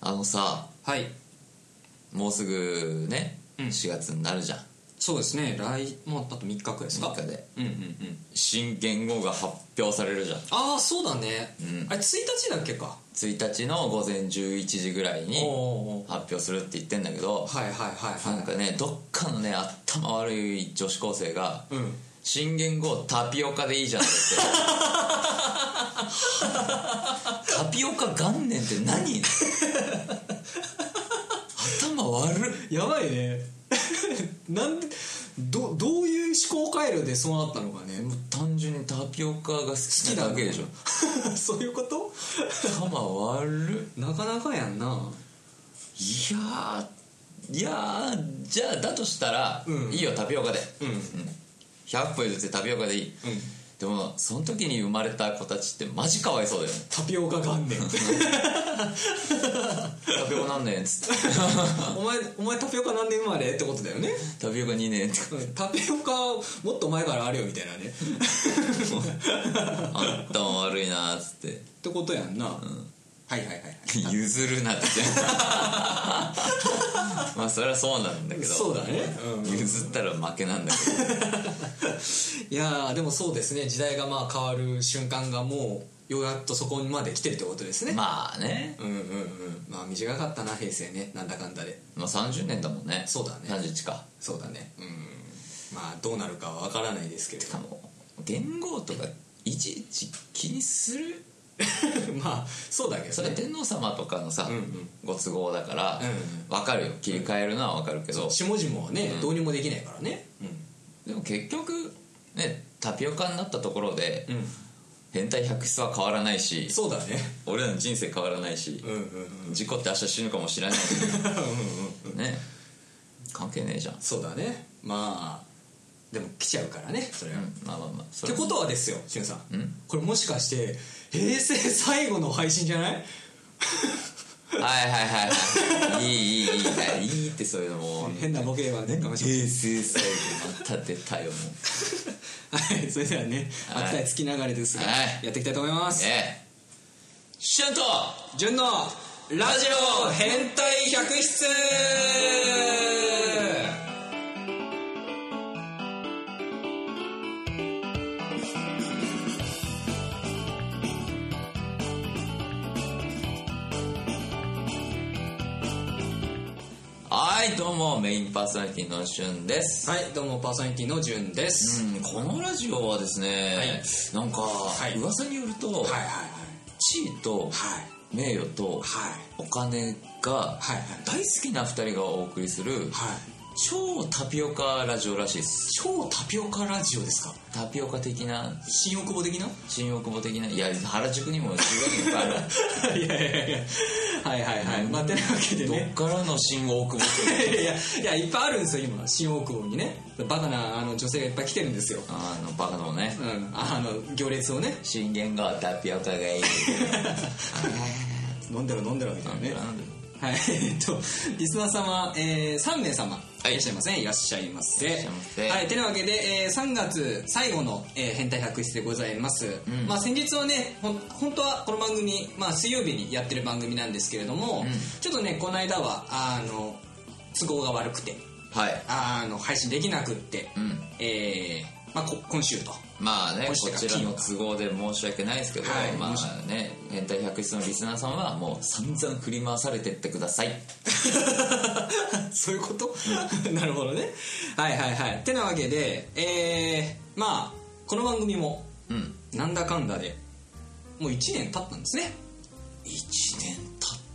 あのさはいもうすぐね、うん4月になるじゃんそうですね来もうあと3日くらいですか3日でうんうんうん新元号が発表されるじゃんああそうだね、うんあれ1日だっけか1日の午前11時ぐらいおーにおー発表するって言ってんだけどおーはいはいはいはいなんかねどっかのね頭悪い女子高生がうん「新元号タピオカでいいじゃん」って 言ってタピオカ元年って何頭悪っ やばいねなんでどどういう思考回路でそうなったのかねもう単純にタピオカが好きなだけでしょ そういうこと頭悪っなかなかやんないやーいやーじゃあだとしたら、うんいいよタピオカで、うんうん100歩譲ってタピオカでいい、でもその時に生まれた子たちってマジかわいそうだよねタピオカ元 年タピオカ何年っつってお前お前タピオカ何年生まれってことだよねタピオカ2年ってうんタピオカもっと前からあるよみたいなねあんたも悪いなーっつっ てってことやんな、はいはいはいはい譲るなってまあそれはそうなんだけどそうだね、譲ったら負けなんだけどいやーでもそうですね時代がまあ変わる瞬間がもうようやっとそこまで来てるってことですね、まあねうんうんうんまあ短かったな平成ねなんだかんだでまあ30年だもんねそうだね31かそうだねうんまあどうなるかは分からないですけれしかも言語とかいちいち気にするど まあそうだけそどれね天皇様とかのさ、うんうんご都合だから、うわかるよ切り替えるのはわかるけど、下々はね、うんどうにもできないからねでも結局ねタピオカになったところで、うん、変態百出は変わらないしそうだね俺らの人生変わらないしうんうんうん事故って明日死ぬかもしれない ね関係ねえじゃん、うそうだねまあでも来ちゃうからねそれは、っん、まあまあまあそてれことはですよしゅんさんうんこれもしかして平成最後の配信じゃないはいはいはいはいいいいいいいいいいってそういうのも変なボケはねかもしれ平成最後また出たよもうないはいそれではねはい熱い月流れですがはいやっていきたいと思いますええシュント純のラジオ変態百室はいどうもメインパーソナリティのシュンです、はいどうもパーソナリティの純ですうんこのラジオはですね、はないんか、い噂によると、はいはい地位とはい名誉とはいお金がはいはいはい大好きな2人がお送りするはい超タピオカラジオらしいです超タピオカラジオですかタピオカ的な新大久保的な新大久保的ないや原宿にも十分いっぱいあるいやいやいやはいはいはいまあてなわけでど ねっからの新大久保い やいやいやいっぱいあるんですよ今新大久保にねバカなあの女性がいっぱい来てるんですよ、あのバカのねうん、あの行列をね信玄がタピオカがいい飲んでろ飲んでろみたいなねなんではいえっとリスナー様、えー、3名様いらっしゃいませ、い、らっしゃいませいらっしゃいませはい、てなわけで、えー、3月最後の、えー変態百室でございます、んまあ、先日はねほん本当はこの番組、まあ、水曜日にやってる番組なんですけれども、うんちょっとねこの間はあの都合が悪くてはいあの配信できなくって、うんえーまあ、こ今週と まあねもこしかちらの都合で申し訳ないですけど、はいまもしあね変態百室のリスナーさんはもう散々振り回されてってくださいそういうこと なるほどねはいはいはいてなわけでえー、まあこの番組もうんなんだかんだでもう1年経ったんですね1年経っ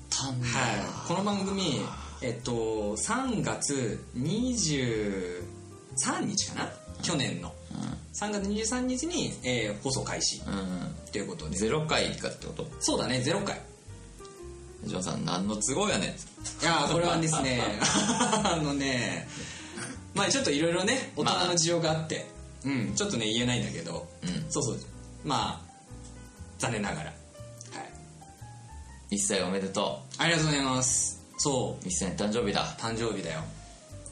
たんだ、はいこの番組えっと3月23日かな去年の3月23日に、えー放送開始うんうんということでゼロ回かってことそうだね0回ジョンさん何の都合やねんいやーこれはですね あのねまあちょっといろいろね大人の事情があって、うんちょっとね言えないんだけど、うんそうそうまあ残念ながらはい1歳おめでとありがとうございますそう1歳誕生日だう誕生日だよ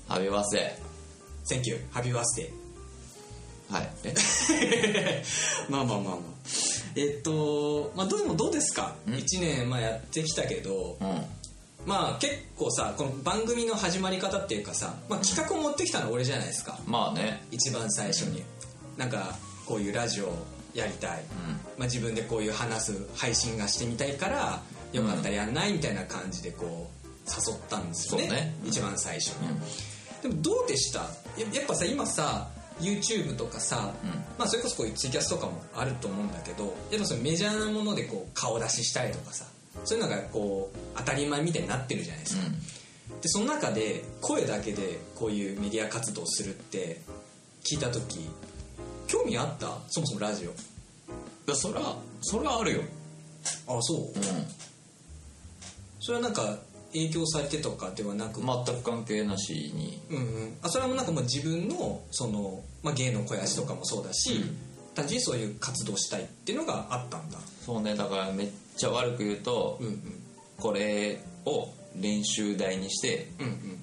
ハビバースデ「センキューハビバースデーーはいえ」まあまあまあまあえっとまあどうでもどうですか、うん1年まあやってきたけどうんまあ結構さこの番組の始まり方っていうかさ、まあ、企画を持ってきたのは俺じゃないですかまあね一番最初になんかこういうラジオやりたい、まあ、自分でこういう話す配信がしてみたいからよかったらやんないみたいな感じでこう誘ったんですよねそうねうん一番最初に、でもどうでしたややっぱさ今さ YouTube とかさ、まあ、それこそこういうツイキャスとかもあると思うんだけどやっぱそのメジャーなものでこう顔出ししたりとかさそういうのがこう当たり前みたいになってるじゃないですか、でその中で声だけでこういうメディア活動するって聞いた時興味あったそもそもラジオだそらそらあるよあそう、それはなんか影響されてとかではなく、全く関係なしにうんうん、あそれはもうなんかもう自分のその、まあ、芸の肥やしとかもそうだし、単純にそういう活動したいっていうのがあったんだそうねだからめっちゃ悪く言うと、うんうんこれを練習台にしてうんうん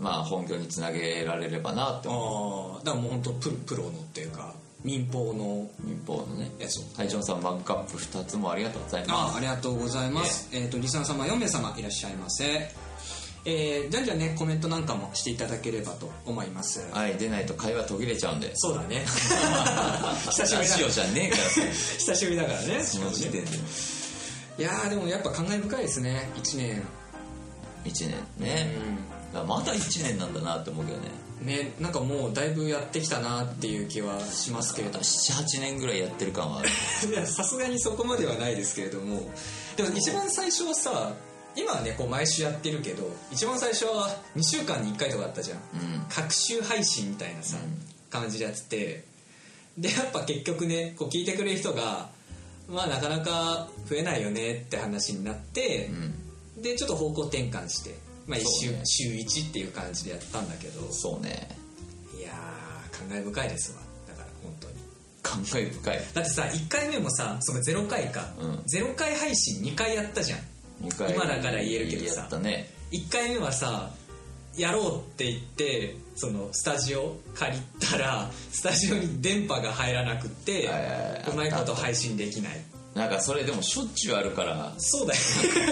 まあ本業につなげられればなって思うああだからもう本当プロプロのっていうか民放の民放のねやつを隊長さんバックアップ2つもありがとうございまあすありがとうございます、えっ、とリサン様4名様いらっしゃいませえー、じゃんじゃんねコメントなんかもしていただければと思いますはい出ないと会話途切れちゃ うんでそうだね久しぶラりだジオじゃねえからさ 久しぶりだからねその時点でいやーでもやっぱ感慨深いですね1年1年ね、うだからまだ1年なんだなって思うけどねんねなんかもうだいぶやってきたなっていう気はしますけれど78年ぐらいやってる感はあるいやさすがにそこまではないですけれどもでも一番最初はさ今はねこう毎週やってるけど一番最初は2週間に1回とかあったじゃん、うん各週配信みたいなさ、感じでやっててでやっぱ結局ねこう聞いてくれる人がまあなかなか増えないよねって話になって、でちょっと方向転換して、まあ、一週そうね週1っていう感じでやったんだけどそうねいやー感慨深いですわだから本当に。感慨深いだってさ1回目もさその0回か、うん0回配信2回やったじゃん2回今だから言えるけどさやったね1回目はさやろうって言ってそのスタジオ借りたらスタジオに電波が入らなくってはいはいはいうまいこと配信できないなんかそれでもしょっちゅうあるからそうだよ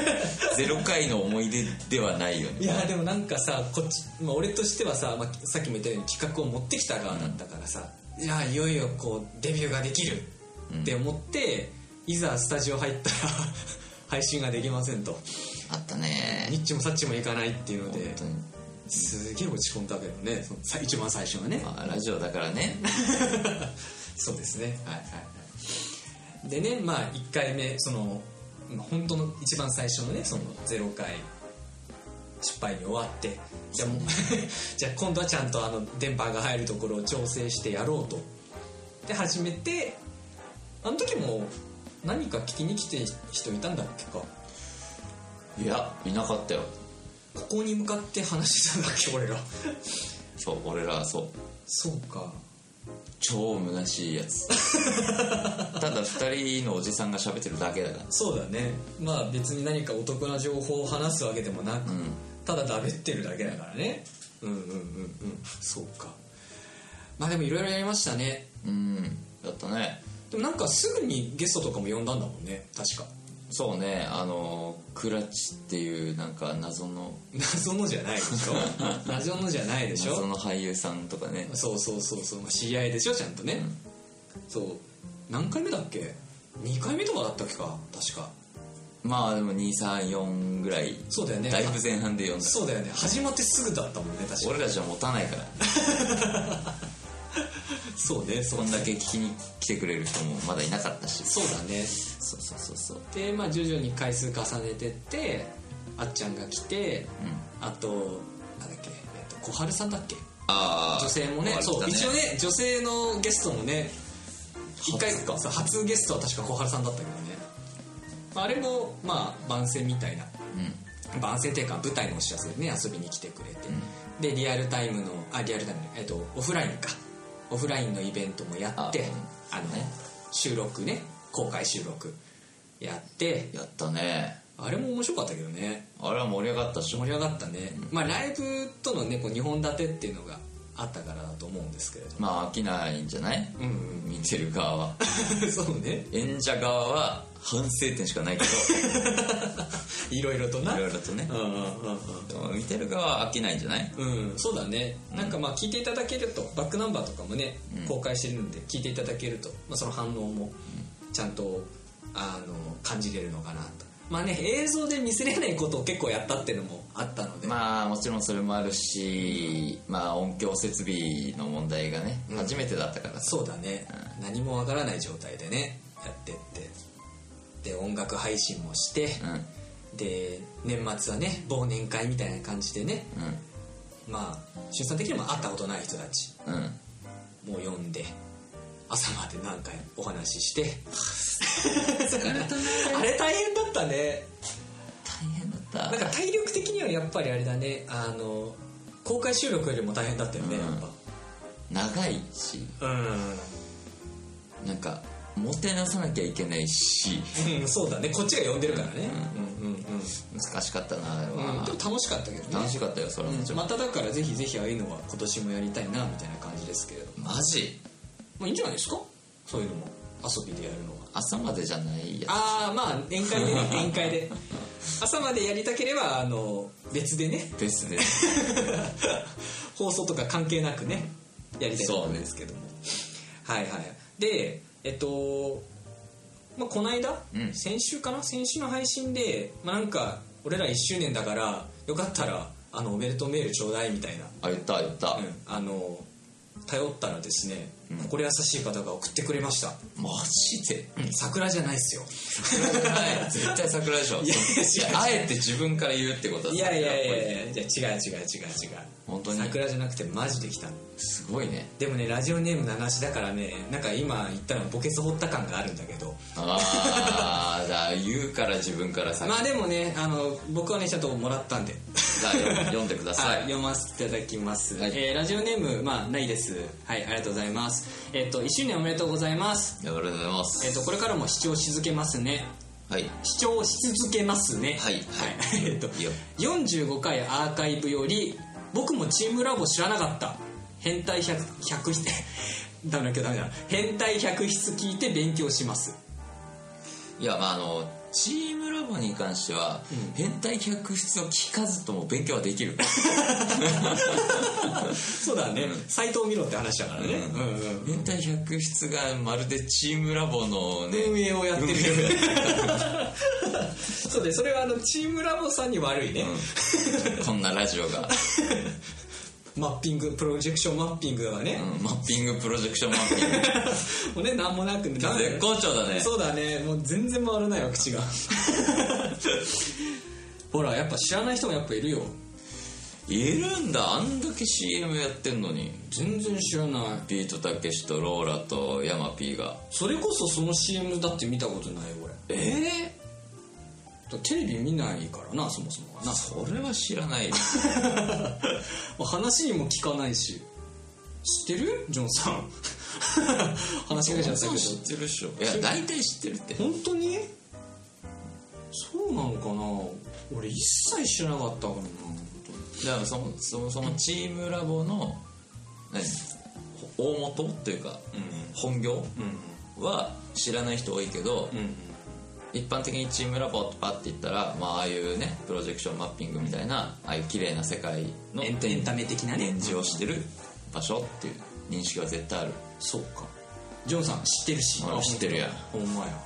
0回の思い出ではないよねいやでもなんかさこっち、まあ、俺としてはさ、まあ、さっきも言ったように企画を持ってきた側だったからさ、いやいよいよこうデビューができるって思って、いざスタジオ入ったら 配信ができませんとあったねニッチもサッチもいかないっていうの本で当に、すげえ落ち込んだけどねそのさ一番最初はねまあ、ラジオだからねそうですねはいはいはいでねまあ1回目そのまあ本当の一番最初のねその0回失敗に終わってじゃあもう じゃあ今度はちゃんとあの電波が入るところを調整してやろうとで始めてあの時も何か聞きに来て人いたんだっけかいやいなかったよここに向かって話してたんだっけ俺らそう俺らはそうそうか超虚しいや つただ2人のおじさんが喋ってるだけだからそうだねまあ別に何かお得な情報を話すわけでもなく、ただだべってるだけだからねうんうんうんうんそうかまあでもいろいろやりましたねうんだったねでもなんかすぐにゲストとかも呼んだんだもんね確か そうねあのクラッチっていうなんか謎の謎のじゃないで しょ謎のじゃないでし謎ょの俳優さんとかねそうそうそうそう、まあ、知り合いでしょちゃんとね、そう何回目だっけ2回目とかだったっけか確かまあでも234ぐらいそうだよねだいぶ前半で読んだそうだよね始まってすぐだったもんね確か俺らじゃ持たないから そうねそこうんだけ聞きに来てくれる人もまだいなかったしそうだねそうそうそうそうでまあ徐々に回数重ねてってあっちゃんが来て、あとなんだっけ、えっと、小春さんだっけああ女性もねそう一応ね女性のゲストもね一回初かそう初ゲストは確か小春さんだったけどね、まあ、あれもまあ番宣みたいな、番宣っていうか舞台のお知らせでね遊びに来てくれて、でリアルタイムのあリアルタイムのえっとオフラインかオフラインのイベントもやってああのねね収録ね公開収録やってやったねあれも面白かったけどねあれは盛り上がったっしょ盛り上がったね、まあライブとのねこう2本立てっていうのがあったからだと思うんですけれどまあ飽きないんじゃないうん見てる側は そうね演者側は反省点しかないけいろいろとどないろいろとねうんうんうんうんでも見てる側は飽きないんじゃないうん、そうだね、なんかまあ聞いていただけるとバックナンバーとかもねうん公開してるんで聞いていただけると、まあ、その反応もちゃんとあの感じれるのかなとまあね映像で見せれないことを結構やったっていうのもあったので、まあもちろんそれもあるし、まあ、音響設備の問題がね、うん初めてだったからさそうだね、何もわからない状態でねやってってで音楽配信もして、うんうんで年末はね忘年会みたいな感じでねまあ出産的にも会ったことない人たちうんもう読んで朝まで何回お話ししてあれ大変だったね大変だったなんか体力的にはやっぱりあれだねあの公開収録よりも大変だったよね、うんやっ長いしぱなんかもてなさなきゃいけないしうん、そうだねこっちが呼んでるからねうんうん難しかったなあれうん、はでも楽しかったけど楽ねしかったよそれはもちろんまただからぜひぜひああいうのは今年もやりたいなみたいな感じですけれどもマジまあいいんじゃないですかそういうのも遊びでやるのは朝までじゃないやああまあ宴会でね宴会 で朝までやりたければあの別でねつです ね放送とか関係なくねやりたいと思うんですけども、はいはいでえっと、まあ、この間、うん先週かな先週の配信で、まあ、なんか俺ら1周年だからよかったらあのおめでとうメールちょうだいみたいな、あ言った言った、あの頼ったらですね、うん心優しい方が送ってくれました、マジで桜じゃないっすよはい 絶対桜でしょいやいや違ういやあえて自分から言うってことはいやいやいや桜っぽいやじゃあ違う違う違う違う本当に桜じゃなくてマジできたすごいねでもねラジオネーム流しだからねなんか今言ったのボケそ掘った感があるんだけどああじゃあ言うから自分からさまあでもねあの僕はねちゃんともらったんでじゃあ読読んでくだはさい、い、読ませていただきます、はいえーラジオネームまあないですはいありがとうございますえっ、と1周年おめでとうございますありがとうございますえっ、とこれからも視聴し続けますねはい視聴し続けますねはいはい、 えっといいよ45回アーカイブより僕もチームラボ知らなかった変態 100, 100室 ダメだけどダメだ変態100室聞いて勉強しますいやまああのチームラボに関しては、うん変態客室を聞かずとも勉強はできるそうだね、サイトを見ろって話だからね、うんうんうん変態客室がまるでチームラボのね運営をや って運る営をやってそうでそれはあのチームラボさんに悪いね、るこんなラジオが、マッピングプロジェクションマッピングがうね、んマッピングプロジェクションマッピング もうね何もなくねダメだよ絶好調だねそうだねもう全然回らないわ 口がほらやっぱ知らない人もやっぱいるよいるんだあんだけ CM やってんのに全然知らないビートたけしとローラとヤマピーがそれこそその CM だって見たことない俺ええだテレビ見ないからなそもそもがなそれは知ら ないよまあ話にも聞かないし知ってるジョンさん 話しかけちゃったけど知ってるっしょいや大体知ってるって本当にそうなのかな俺一切知らなかったからなだからそもそもそもチームラボの何大元っていうか、本業は知らない人多いけど、ん一般的にチームラボとパって言ったら、まあ、ああいうねプロジェクションマッピングみたいなああいう綺麗な世界のエンエンタメ的なね展示をしてる場所っていう認識は絶対あるそうかジョンさん知ってるしあ知ってるやんほんまや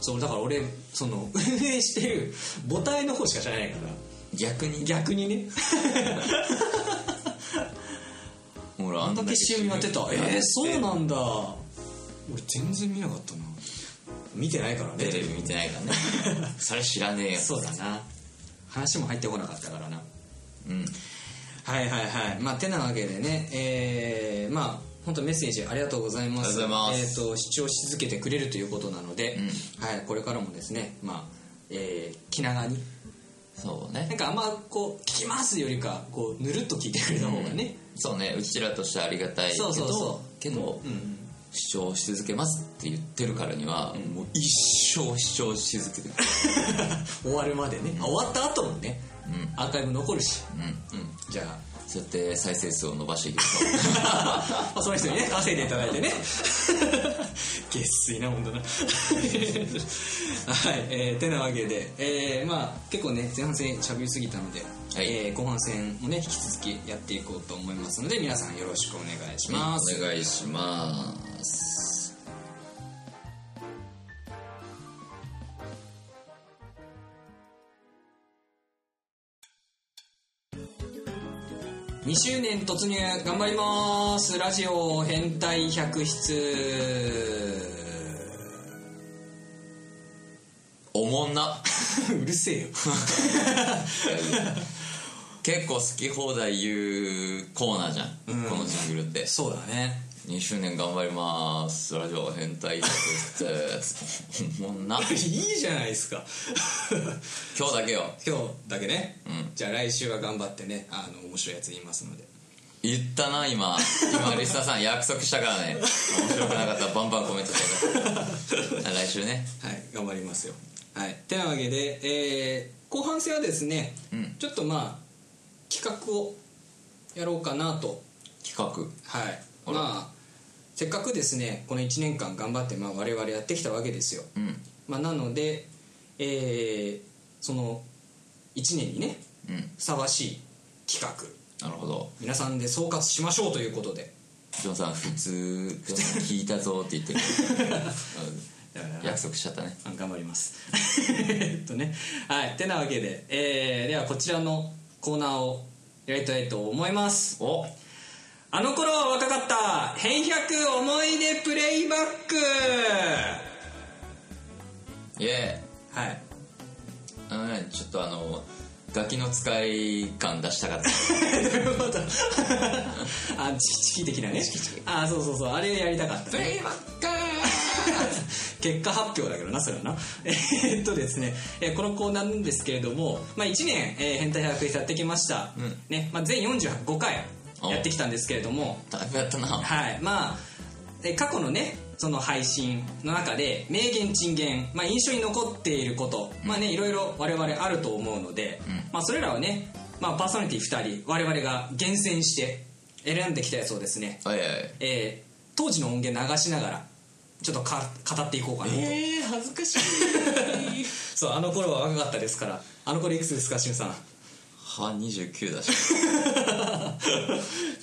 そうだから俺その運営してる母体の方しか知らないから逆に逆にねほらああんだけ CM やってたえー、そうなんだ俺全然見なかったな見てないからねテレビ見てないから ねそれ知らねえよそうだな話も入ってこなかったからなうんはいはいはい。まあ、てなわけでね、えー、まあ、本当メッセージありがとうございます。ありがとうございますえっ、と、視聴し続けてくれるということなので、んはい、これからもですね、まあ、えー、気長に。そうなねんかあんま、こう、聞きますよりか、こう、ぬるっと聞いてくれた方がね。そうねうちらとしてはありがたいけどそうそうそうけど、うん。主張し続けますって言ってるからには、もう一生主張し続けてる終わるまでね。あ終わった後もね、んアーカイブ残るし。うんうん。じゃあ、そうやって再生数を伸ばしていきましょうまあ、その人にね稼いでいただいてね月水な本当なはいえー、てなわけで、えーまあ、結構ね前半戦しゃべりすぎたので、いえー後半戦もね引き続きやっていこうと思いますので皆さんよろしくお願いしおます、願いします2周年突入頑張りますラジオ変態百室おもんな うる せえよ結構好き放題言うコーナーじゃん、このジングルってそうだね2周年頑張りますラジオ変態 ですっておもんない いじゃないですか 今日だけよ今日だけね、んじゃあ来週は頑張ってねあの面白いやつ言いますので言ったな今今リスタさん約束したからね面白くなかったらバンバンコメントしてください来週ねはい頑張りますよはいてなわけで、えー後半戦はですね、うんちょっとまあ企画をやろうかなと企画はいあらまあせっかくですねこの1年間頑張って、まあ、我々やってきたわけですよ、うんまあ、なので、えーその1年にねうんふさわしい企画なるほど皆さんで総括しましょうということでジョンさん普通聞いたぞって言ってるうん約束しちゃったねあ頑張ります えっとねはいてなわけで、えーではこちらのコーナーをやりたいと思いますおあの頃は若かった変百思い出プレイバックイエはい ーイあのねちょっとあのガキの使い感出したかったなるほど あチキチキ的なねあそうそうそうあれやりたかった、ね、イバッカ 結果発表だけどなそれはな えっとですね、えーこのコーナーなんですけれども、まあ、1年、えー変態百0やってきました、うんねまあ、全45回やってきたんですけれどもだいぶやったなはいまあえ過去のねその配信の中で名言珍言、まあ、印象に残っていること、まあねいろいろ我々あると思うので、んまあ、それらはね、まあ、パーソナリティ2人我々が厳選して選んできたやつをですね、おいおいえー当時の音源流しながらちょっとか語っていこうかなと、えー、恥ずかしいそうあの頃は若かったですからあの頃いくつですかしゅんさんはは29だしい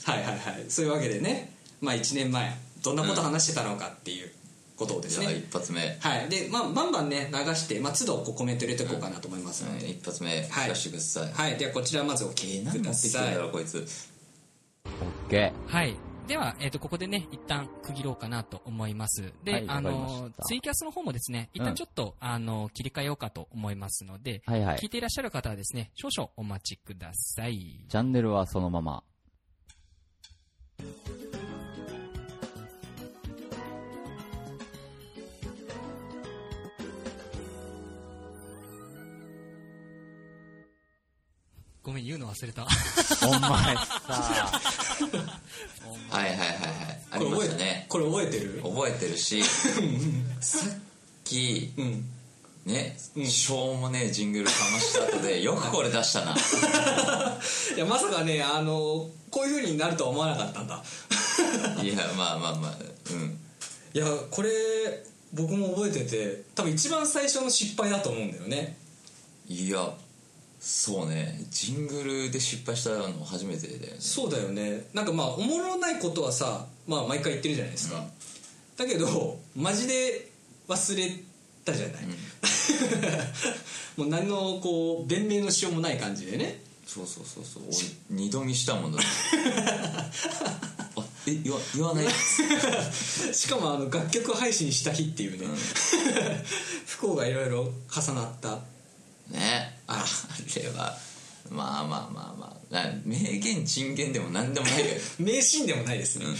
はいはいそういうわけでね、まあ、1年前どんなこと話してたのかっていうことをですじゃあね、一発目、はいはいで、まあ、バンバンね流して、まあ、都度こうコメント入れていこうかなと思いますので、一発目聞かせてください、はいではこちらまずお聞えきー、何持くだってきてんさいだろうこいつはい。では、えっ、と、ここでね、一旦区切ろうかなと思います。で、はいあわかりまのし、たツイキャスの方もですね、一う旦んちょっと、あの、切り替えようかと思いますので、はいは聞い。いていらっしゃる方はですね、少々お待ちください。チャンネルはそのまま。ごめん、言うの忘れた。お前さ、はいはいはいはいありましたねこれ覚えてる覚えてる しさっきうんね、うんしょうもねえジングルかました後でよくこれ出したないやまさかねあのこういう風になるとは思わなかったんだいやまあまあまあうんいやこれ僕も覚えてて多分一番最初の失敗だと思うんだよねいやそうねジングルで失敗したの初めてだよねそうだよねなんかまあおもろないことはさ、まあ、毎回言ってるじゃないですか、うんだけどマジで忘れたじゃない、 もう何のこう弁明のしようもない感じでねそうそうそうそう俺二度見したもん だってあえ言わ言わないしかもあの楽曲配信した日っていうね、うん 不幸がいろいろ重なったねあれはまあまあまあまあな名言珍言でも何でも ないよ名シーンでもないですね、うん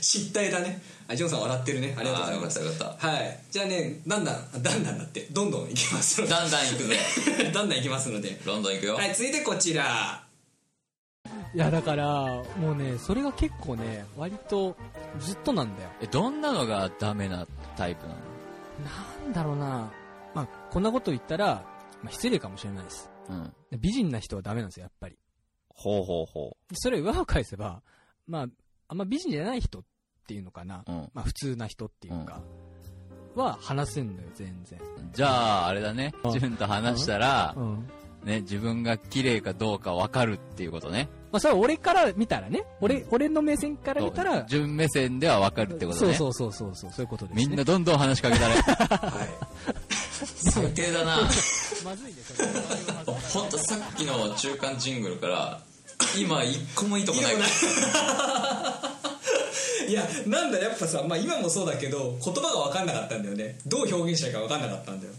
失態だねあジョンさん笑ってるねありがとうございますあーよかったよかっはいじゃあねだんだんだんだんだってどんどんいきます のでだんだん行くぜだんだんいきますのでロンドン行くよ、はい続いてこちらいやだからもうねそれが結構ね割とずっとなんだよえどんなのがダメなタイプなのなんだろうなまあこんなこと言ったら、まあ、失礼かもしれないですうん。美人な人はダメなんですよやっぱりほうほうほそれを裏を返せば、まあ、あんま美人じゃない人っていうのかな、う。うん。まあ普通な人っていうか、は話せんのよ、全然。じゃあ、あれだね。ジュンと話したらう、ん。ね、自分が綺麗かどうかわかるっていうことね。まあそれは俺から見たらね、俺、俺の目線から見たら、純目線ではわかるってことそうね。そうそうそうそう、そういうことです、ね。みんなどんどん話しかけたれ。はい最低だなまずいでしょ、ほんとさっきの中間ジングルから今一個もいいとこないから いやなんだやっぱさ、まあ、今もそうだけど言葉が分かんなかったんだよねどう表現したらいいか分かんなかったんだよ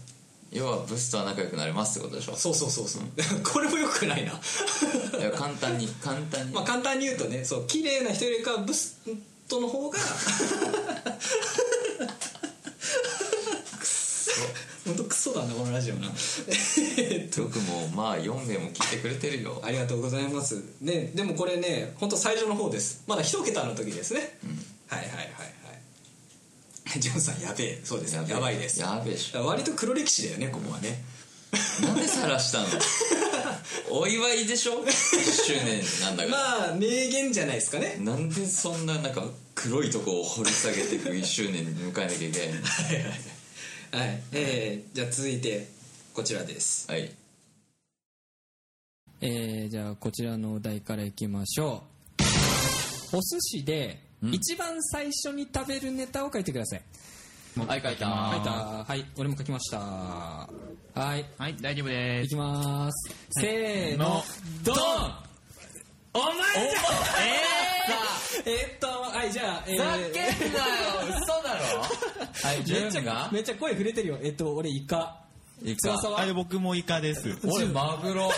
要はブスとは仲良くなれますってことでしょそうそうそうそう これもよくないな いや簡単に簡単にまあ簡単に言うとねそう綺麗な人よりかはブスと の方が 本当クソだなこのラジオ な えっとよくもうまあ4名も聞いてくれてるよありがとうございますねでもこれね本当最初の方ですまだ一桁の時ですね、はいはいはいはい ジョンさんやべえそうですやべえばいですやべえし割と黒歴史だよねここはねなんで晒 したのお祝いでしょ1周年なんだから、まあ名言じゃないですかねなんでそんななんか黒いとこを掘り下げていく1周年に迎えなきゃいけないのはいはいはい、はい、えー、じゃあ続いてこちらですはいえー、じゃあこちらのお題からいきましょうお寿司で一番最初に食べるネタを書いてくださいはい、書いた書いたはい俺も書きましたはいはい、大丈夫です。いきまーす、せーののドンお前じえーっとはいじゃあ、えー、ふざけんなよ嘘だろはい、ジュンがめっちゃ声触れてるよえーっと俺イカイカ翼あはれ僕もイカです。俺、マグロ。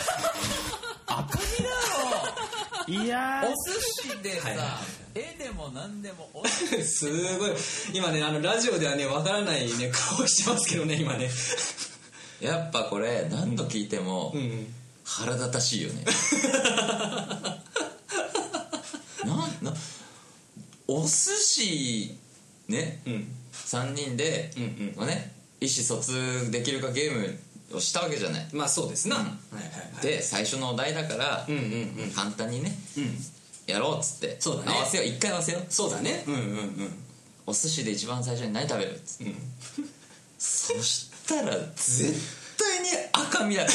いやお寿司でさ、絵でも何でもお寿司すごい今ねあのラジオではねわからないね顔してますけどね今ねやっぱこれ何度聞いてもうん腹立たしいよ ねななお寿司ね、うん3人で、うんうんまあね、意思疎通できるかゲームをしたわけじゃないまあそうですな、うんはいはいはいで最初のお題だから、うんうんうん簡単にねうんやろうっつってそうだね合わせよう一回合わせようそうだねうんうんうんお寿司で一番最初に何食べるっつって、そしたら絶対に赤身だか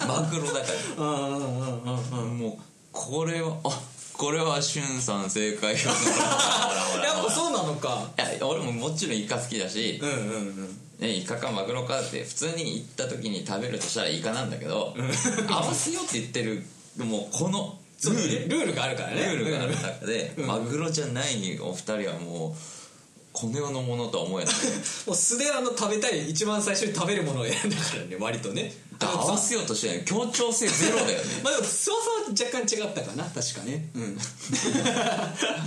ら マグロだかうんうんうんうんらもうこれはあこれはしゅんさん正解 よほらやっほぱそうなのからいや俺ももちろんイカ好きだし、うんうんうんね、イカかマグロかって普通に行った時に食べるとしたらイカなんだけど合わせようって言ってるもうこのルルールールルールがあるからねルールがある中で、うんマグロじゃないお二人はもうこの世のものとは思えないもう素であの食べたい一番最初に食べるものを選んだからね割とねだから合わせようとしてない協調性ゼロだよねまあでも翼は若干違ったかな確かねうん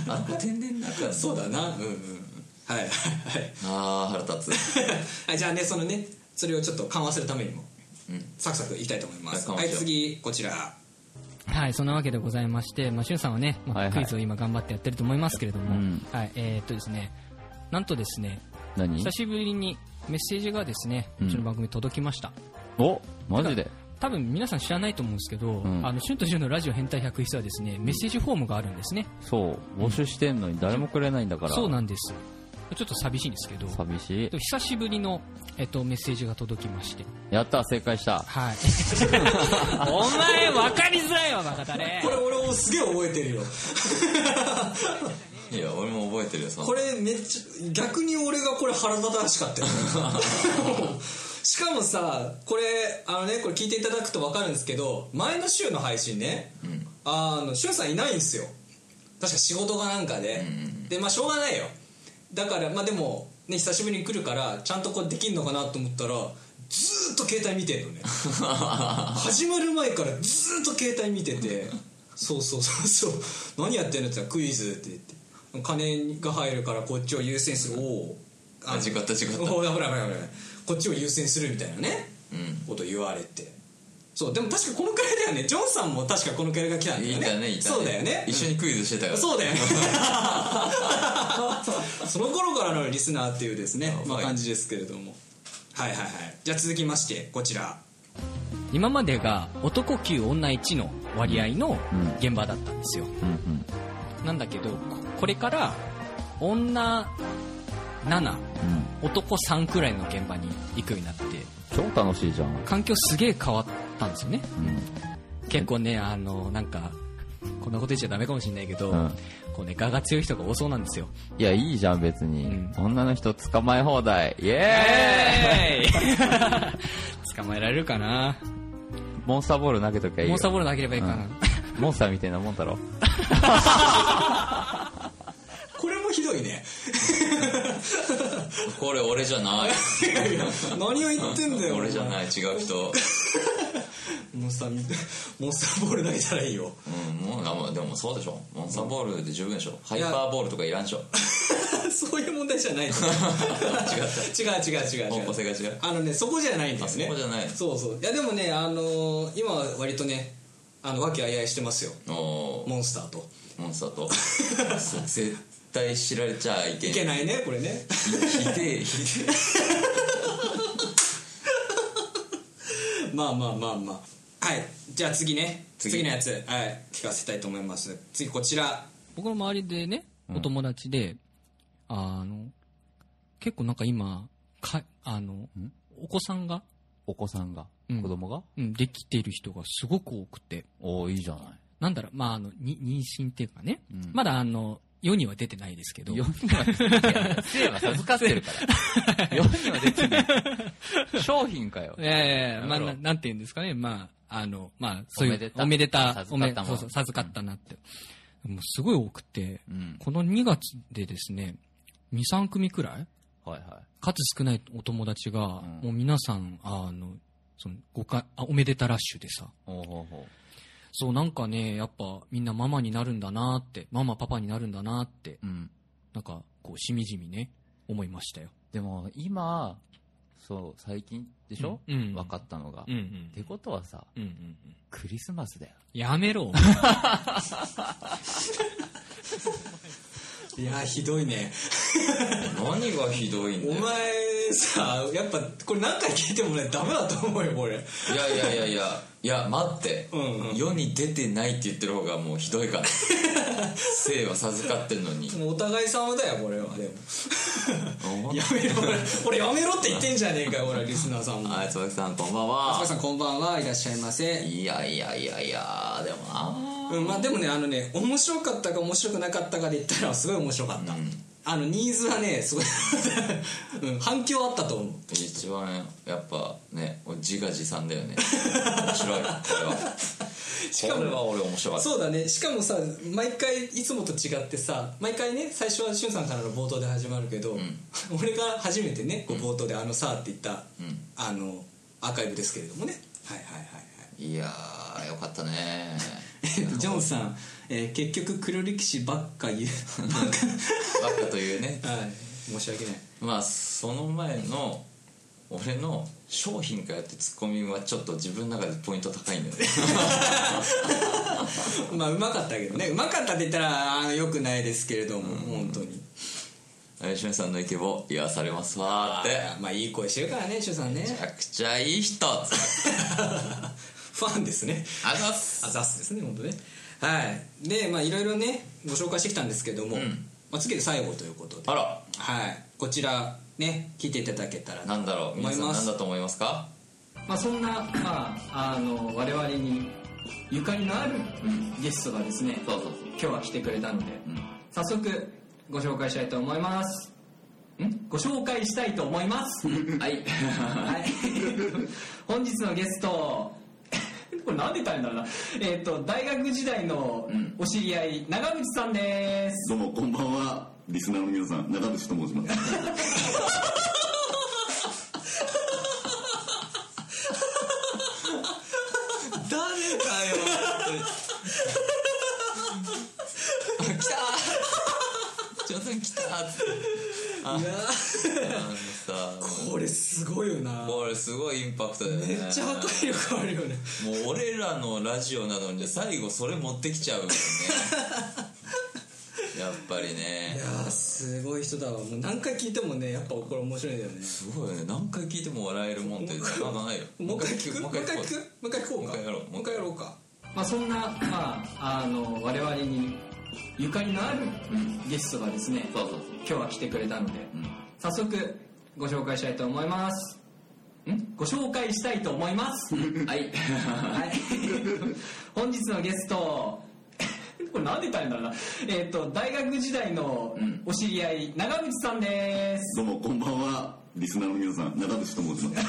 あん天然だからそうだなうんうんうんはいはいはい あー腹立つはいじゃあねそのねそれをちょっと緩和するためにも、サクサクいきたいと思いますはい緩和はいしよう次こちらはい、そんなわけでございまして、まあ、しゅんさんはね、まあはいはいクイズを今頑張ってやってると思いますけれども、うんはい、えーっとですね、なんとですね、何久しぶりにメッセージがですね、うんうちの番組に届きました。おマジで多分皆さん知らないと思うんですけど、んあの、しゅんとしゅんのラジオ変態百室はですね、メッセージフォームがあるんですね。そう、募集してんのに誰もくれないんだから。そうなんです。ちょっと寂しいんですけど、寂しいで。も久しぶりの、えっと、メッセージが届きまして、やった、正解した。 はい。お前、わかりづらいわ、バカだねこ。れ俺もすげえ覚えてるよいや俺も覚えてるよそのこれめっちゃ逆に俺がこれ腹立たしか ったよしかもさこれあのねこれ聞いていただくと分かるんですけど前の週の配信ね、あのしゅんさんいないんですよ確か仕事がなんかで、でまあしょうがないよだからまあでもね久しぶりに来るからちゃんとこうできんのかなと思ったらずーっと携帯見て んのね始まる前からずーっと携帯見ててそうそうそうそう何やってんのって言ったらクイズって言って金が入るからこっちを優先するおおあ違った違ったほらほらほらほらこっちを優先するみたいなね、うんこと言われてそうでも確かこのくらいだよねジョンさんも確かこのくらいが来たんだよねいたねいたねそうだよね一緒にクイズしてたからそうだよね その頃からのリスナーっていうですね、まあ、はい感じですけれどもはいはいはいじゃあ続きましてこちら今までが男9女1の割合のうん現場だったんですよ、うんうんなんだけどここれから女7うん男3くらいの現場に行くようになって超楽しいじゃん、環境すげえ変わったんですよね結構ねあのなんかこんなこと言っちゃダメかもしれないけど、うんこうね、我が強い人が多そうなんですよ。いやいいじゃん別に、うん女の人捕まえ放題イエーイ、えーい 捕まえられるかなモンスターボール投げときゃいいよモンスターボールなければいいかな、うんモンスターみたいなもんだろこれもひど いねこれ俺じゃない何を言ってんだよ俺じゃない違う人モンスターみモンスターボール投げたらいいようんもうでもでもそうでしょモンスターボールで十分でしょハイパーボールとかいらんでしょ そういう問題じゃ ない違う違う違う違う方向性が違うあのねそこじゃないんですねあそこじゃないそうそういやでもねあのー今は割とねあの和気あいあいしてますよおーモンスターとモンスターと絶対知られちゃいけいんけないねこれねひでえひでえまあまあまあまあはいじゃあ次ね次次のやつはい聞かせたいと思います次こちら僕の周りでね、お友達で、あの、結構なんか今、か、あの、お子さんが、お子さんが、うん子供がうん、できている人がすごく多くて、おおいいじゃないなんだろう、まあ、あの、に妊娠っていうかね、まだあの、世には出てないですけど、世には出てない生は授かってるから世には出てない商品かよええまなあ、るほなどなんて言うんですかね、まあ、あの、まあ、そういう、おめでたおめでた、授かったもんおめそうそう、授かったなって。もうすごい多くて、うんこの2月でですね、2、3組くらいはいは数少ないお友達が、うんもう皆さん、あの、その、ごか、あ、おめでたラッシュでさ、いおうほうほそう、なんかね、やっぱみんなママになるんだなって、ママパパになるんだなって、ううんなんか、こう、しみじみね、思いましたよ。でも今そう最近でしょ、うんうん分かったのが、うんうっん。てことはさうんうんうん。クリスマスだよやめろ、お前いやーひどいね何がひどいんおだよ前さやっぱこれ何回聞いてもねダメだと思うよこいれやいやいやいやいや待って、うんうん世に出てないって言ってる方がもうひどいから生は授かってんのにお互い様だよこれはでもおやめろ俺俺やめろって言ってんじゃねえかよほらリスナーさんもはい椿さんこんばんあはさんこんばんはいらっしゃいませいやいやいやいやでもなうん、まあでもねあのね面白かったか面白くなかったかで言ったらすごい面白かった、あのニーズはねすごい うん、反響あったと思う一番やっぱね自画自賛だよね面白いこれはしかもこれは俺面白かったそうだねしかもさ毎回いつもと違ってさ毎回ね最初はしゅんさんからの冒頭で始まるけど、 俺が初めてねこう冒頭で「あのさ」って言った、んあのアーカイブですけれどもねはいはいはいはいいやーよかったねえっとジョンさん、えー結局黒歴史ばっ か言うばっかというねはい申し訳ないまあその前の俺の商品かよってツッコミはちょっと自分の中でポイント高いんだよねまあうまかったけどねうまかったって言ったらあのよくないですけれども、本当に吉野さんのイケボ癒されますわーってあまあいい声してるからねしゅうさんねめちゃくちゃいい人あ ファンですねざっすあざっすですね本当ねはいでまあいろいろねご紹介してきたんですけども、んまあ、次で最後ということであらはい こちらね聞いていただけたらなんだろう皆さん思いまなすんだと思います かまあ、そんな、まあ、あの我々にゆかりのあるゲストがですね、そうそう今日は来てくれたので、早速ご紹介したいと思いますんご紹介したいと思いま すはい、 はい、本日のゲスト これなんで言ったらいいんだろうなえっ、と大学時代のお知り合い、長渕さんですどうもこんばんはリスナーの皆さん長渕と申します誰だよジョンさん来たーってあのさこれすごいよなこれすごいインパクトだよねめっちゃ破壊力あるよねもう俺らのラジオなのに最後それ持ってきちゃう よねやっぱりいねやーすごい人だわもう何回聞いてもねやっぱこれ面白いんだよねすごいよね何回聞いても笑えるもんってなかなかないよもう一回聞くももう一う一回回聞こ聞くもう一回聞こうかもう一回やろうもう一回やろうかまあ、そんな、まあ、あの我々にゆかりのあるゲストがですね、そうそう今日は来てくれたので、早速ご紹介したいと思いますんご紹介したいと思い ますそうはいはい本日のゲスト これ何で大変だろうなえっ、と大学時代のお知り合い、長渕さんですどうもこんばんはリスナーの皆さん長渕と申します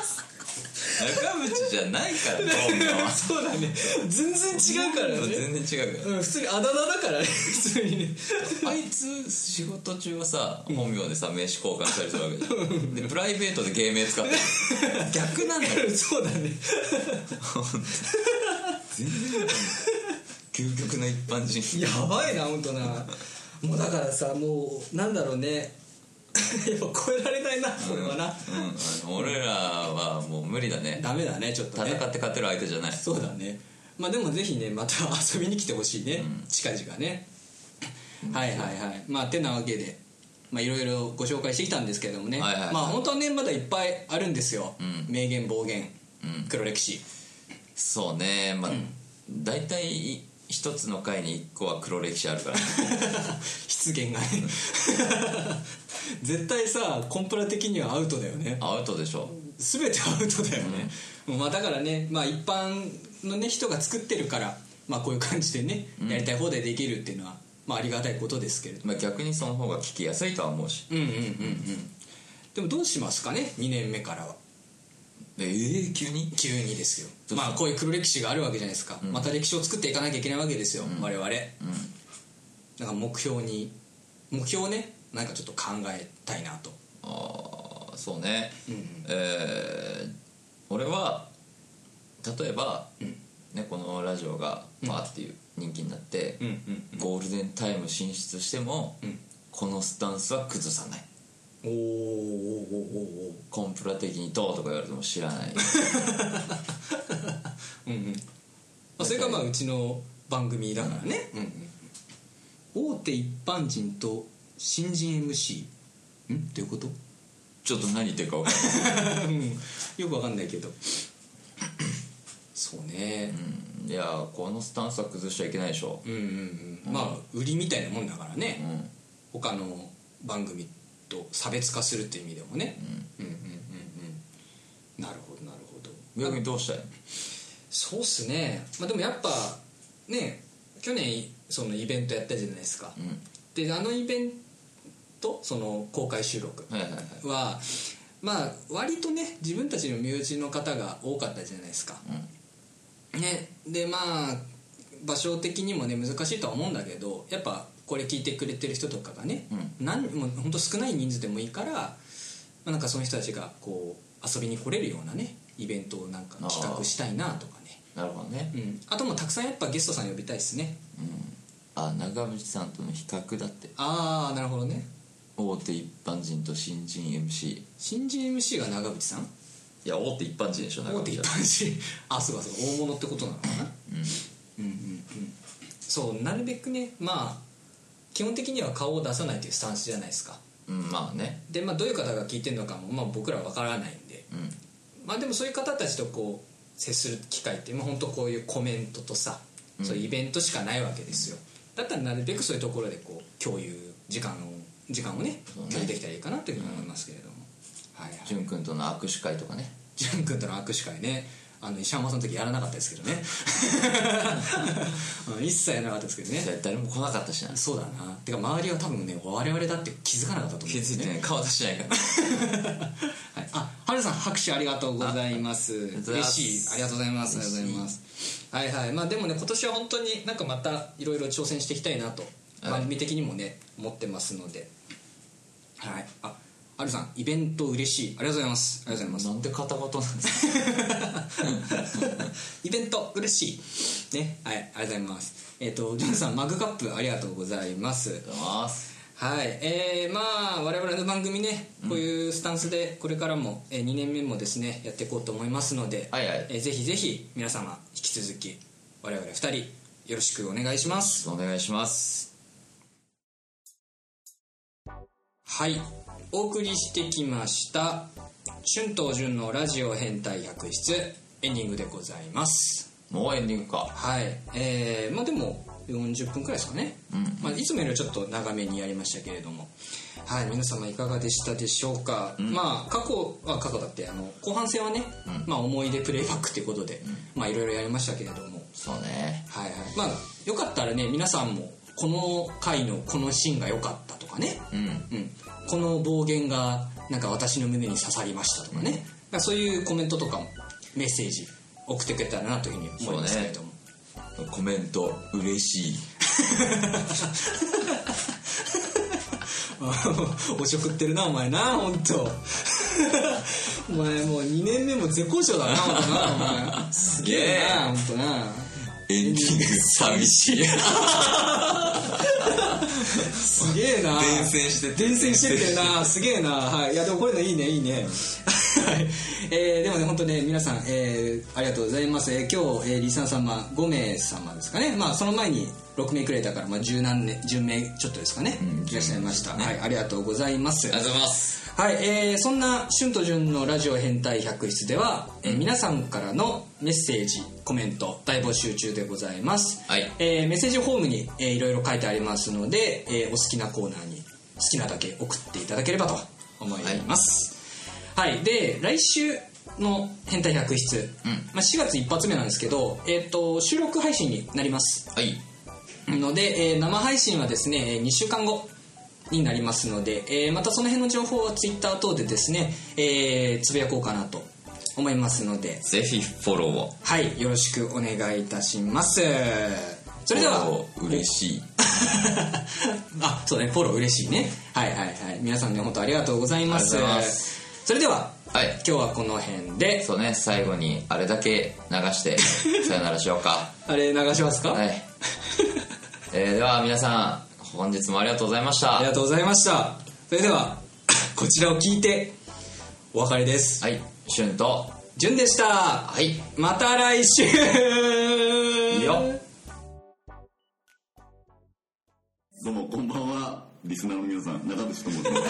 中渕じゃないから本名 はそうだね全然違うから全然違うからうん、普通にあだ名だからね普通にねあいつ仕事中はさ本名でさ名刺交換したりするわけじゃんでプライベートで芸名使ってる逆なんだよ そうだね究極の一般人 やばいな本当なもうだからさもうなんだろうね やっぱ超えられないなこれはな、うん、俺らはもう無理だねダメだねちょっと戦っねて勝てる相手じゃないそうだねまあでもぜひねまた遊びに来てほしいね、近々ね、はいはいはいまあてなわけでまあいろいろご紹介してきたんですけどもね、はいはいはいまあ本当はねまだいっぱいあるんですよ、ん名言暴言、うん黒 歴史そうねまあ、大体一つの回に一個は黒歴史あるから ね失言がね 絶対さコンプラ的にはアウトだよねアウトでしょ全てアウトだよね、まあ、だからね、まあ、一般の、ね、人が作ってるから、まあ、こういう感じでね、やりたい放題できるっていうのは、まあ、ありがたいことですけれどまあ、逆にその方が聞きやすいとは思うしうんうんうんうんでもどうしますかね2年目からはええ急に急にですよまあこういう黒歴史があるわけじゃないですか、また歴史を作っていかなきゃいけないわけですよ、我々、だから目標に目標をねなんかちょっと考えたいなとああそうね、うんうんえー俺は例えば、うんね、このラジオがパーっていう人気になって、うんうんゴールデンタイム進出しても、うんこのスタンスは崩さないおーおーおーおーおーコンプラ的にどうとか言われても知らない うんうんまあ、それがまあうちの番組だからね、大手一般人と新人 MC んどういうことちょっと何言ってるか分かんないよくわかんないけどそうね、いやーこのスタンスは崩しちゃいけないでしょ、うん、うんうんまあ売りみたいなもんだからね、うん他の番組と差別化するっていう意味でもね、うん、うんうんうんなるほどなるほど逆にどうしたいそうっすね、まあ、でもやっぱね去年そのイベントやったじゃないですか、であのイベントその公開収録はいはいはいはまあ割とね自分たちの身内の方が多かったじゃないですか、ね、でまあ場所的にもね難しいとは思うんだけどやっぱこれ聞いてくれてる人とかがね、何もう本当少ない人数でもいいから、まあ、なんかその人たちがこう遊びに来れるようなねイベントをなんか企画したいなとかねなるほどね、うん、あともうたくさんやっぱゲストさん呼びたいですねあ長渕さんとの比較だってああなるほどね大手一般人と新人 MC い新人 MC が長渕さんや大手一般人でしょ長大手渕一さん般人あそうかそうか大物ってことなのかな、うん、うんうんそうなるべくねまあ基本的には顔を出さないというスタンスじゃないですかうんまあねで、まあ、どういう方が聞いてるのかも、まあ、僕らは分からないんで、んまあでもそういう方たちとこう接する機会って、まあ本当こういうコメントとさ、そういうイベントしかないわけですよだったらなるべくそういうところでこう共有時間を時間をねうね共有できたらいいかなというふうに思いますけれども、はいはい潤君との握手会とかね潤君との握手会ねあの石浜さんの時やらなかったですけどね うん一切やらなかったですけどね誰も来なかったしなそうだなてか周りは多分ね我々だって気づかなかったと思うん気ですづいてねね顔出してないからはい、あ、はるさん拍手ありがとうございます。とうございま嬉すしい。ありがとうございます。ありがとうございます。はいはい。まあでもね、今年は本当になんかまたいろいろ挑戦していきたいなと、はい番組的にもね、思ってますので。はい。あ、はるさん、イベント嬉しい。ありがとうございます。ありがとうございなんで片言なんですかます。イベント嬉しい。ね。はい。ありがとうございます。えっ、と、ジョンさん、マグカップありがとうございます。ありがとうございますはい、えー、まあ我々の番組ねこういうスタンスでこれからも、えー、2年目もですねやっていこうと思いますので、はいはいえーぜひぜひ皆様引き続き我々2人よろしくお願いしますお願いしますはいお送りしてきました春闘順のラジオ変態百室エンディングでございますもうエンディングかはいえー、まあでも40分くらいですかね、まあ、いつもよりはちょっと長めにやりましたけれどもはい皆様いかがでしたでしょうか、まあ過去は過去だってあの後半戦はね、まあ、思い出プレイバックってことで、まあいろいろやりましたけれどもそうねはいはいまあよかったらね皆さんもこの回のこのシーンが良かったとかね、うんうん、この暴言がなんか私の胸に刺さりましたとかね、だからそういうコメントとかもメッセージ送ってくれたらなというふうに 思いますけれども、コメント嬉しい おちょくってるなお前な本当 お前もう2年目も絶好調だな本当なお前 すげえな 本当なエンディング寂しいすげえな伝染してて伝染してってるなすげえなはいいやでもこれのいいねいいねはい、えーでもね本当ね皆さん、えーありがとうございます、えー今日、えーリサ様5名様ですかねまあその前に6名くれたから、まあ、十何名10名ちょっとですかね、いらっしゃいました、はいありがとうございますありがとうございますはい、えーそんな春と潤のラジオ変態百室では、えー皆さんからのメッセージコメント大募集中でございます、はいえーメッセージフォームに、えーいろいろ書いてありますので、えーお好きなコーナーに好きなだけ送っていただければと思いますはい、で来週の変態百室、まあ、4月一発目なんですけど、えー、と収録配信になりますはいので、えー生配信はですね、え2週間後になりますので、えーまたその辺の情報はツイッター等でですね、えーつぶやこうかなと思いますので、ぜひフォローをはい、よろしくお願いいたします。それでは、フォロー嬉しい あ、そうだね、フォロー嬉しいね。はいはいはい。皆さんね、本当ありがとうございます。ありがとうございまそれでは、はい今日はこの辺で、そうね最後にあれだけ流 してさよならしようかあれ流しますか、はいえーでは皆さん本日もありがとうございましたありがとうございました。それでは、こちらを聞いて、お別れです。はいシュンとじゅんでした。はいまた来週いいよどうもこんばんはリスナーの皆さん長渕と申します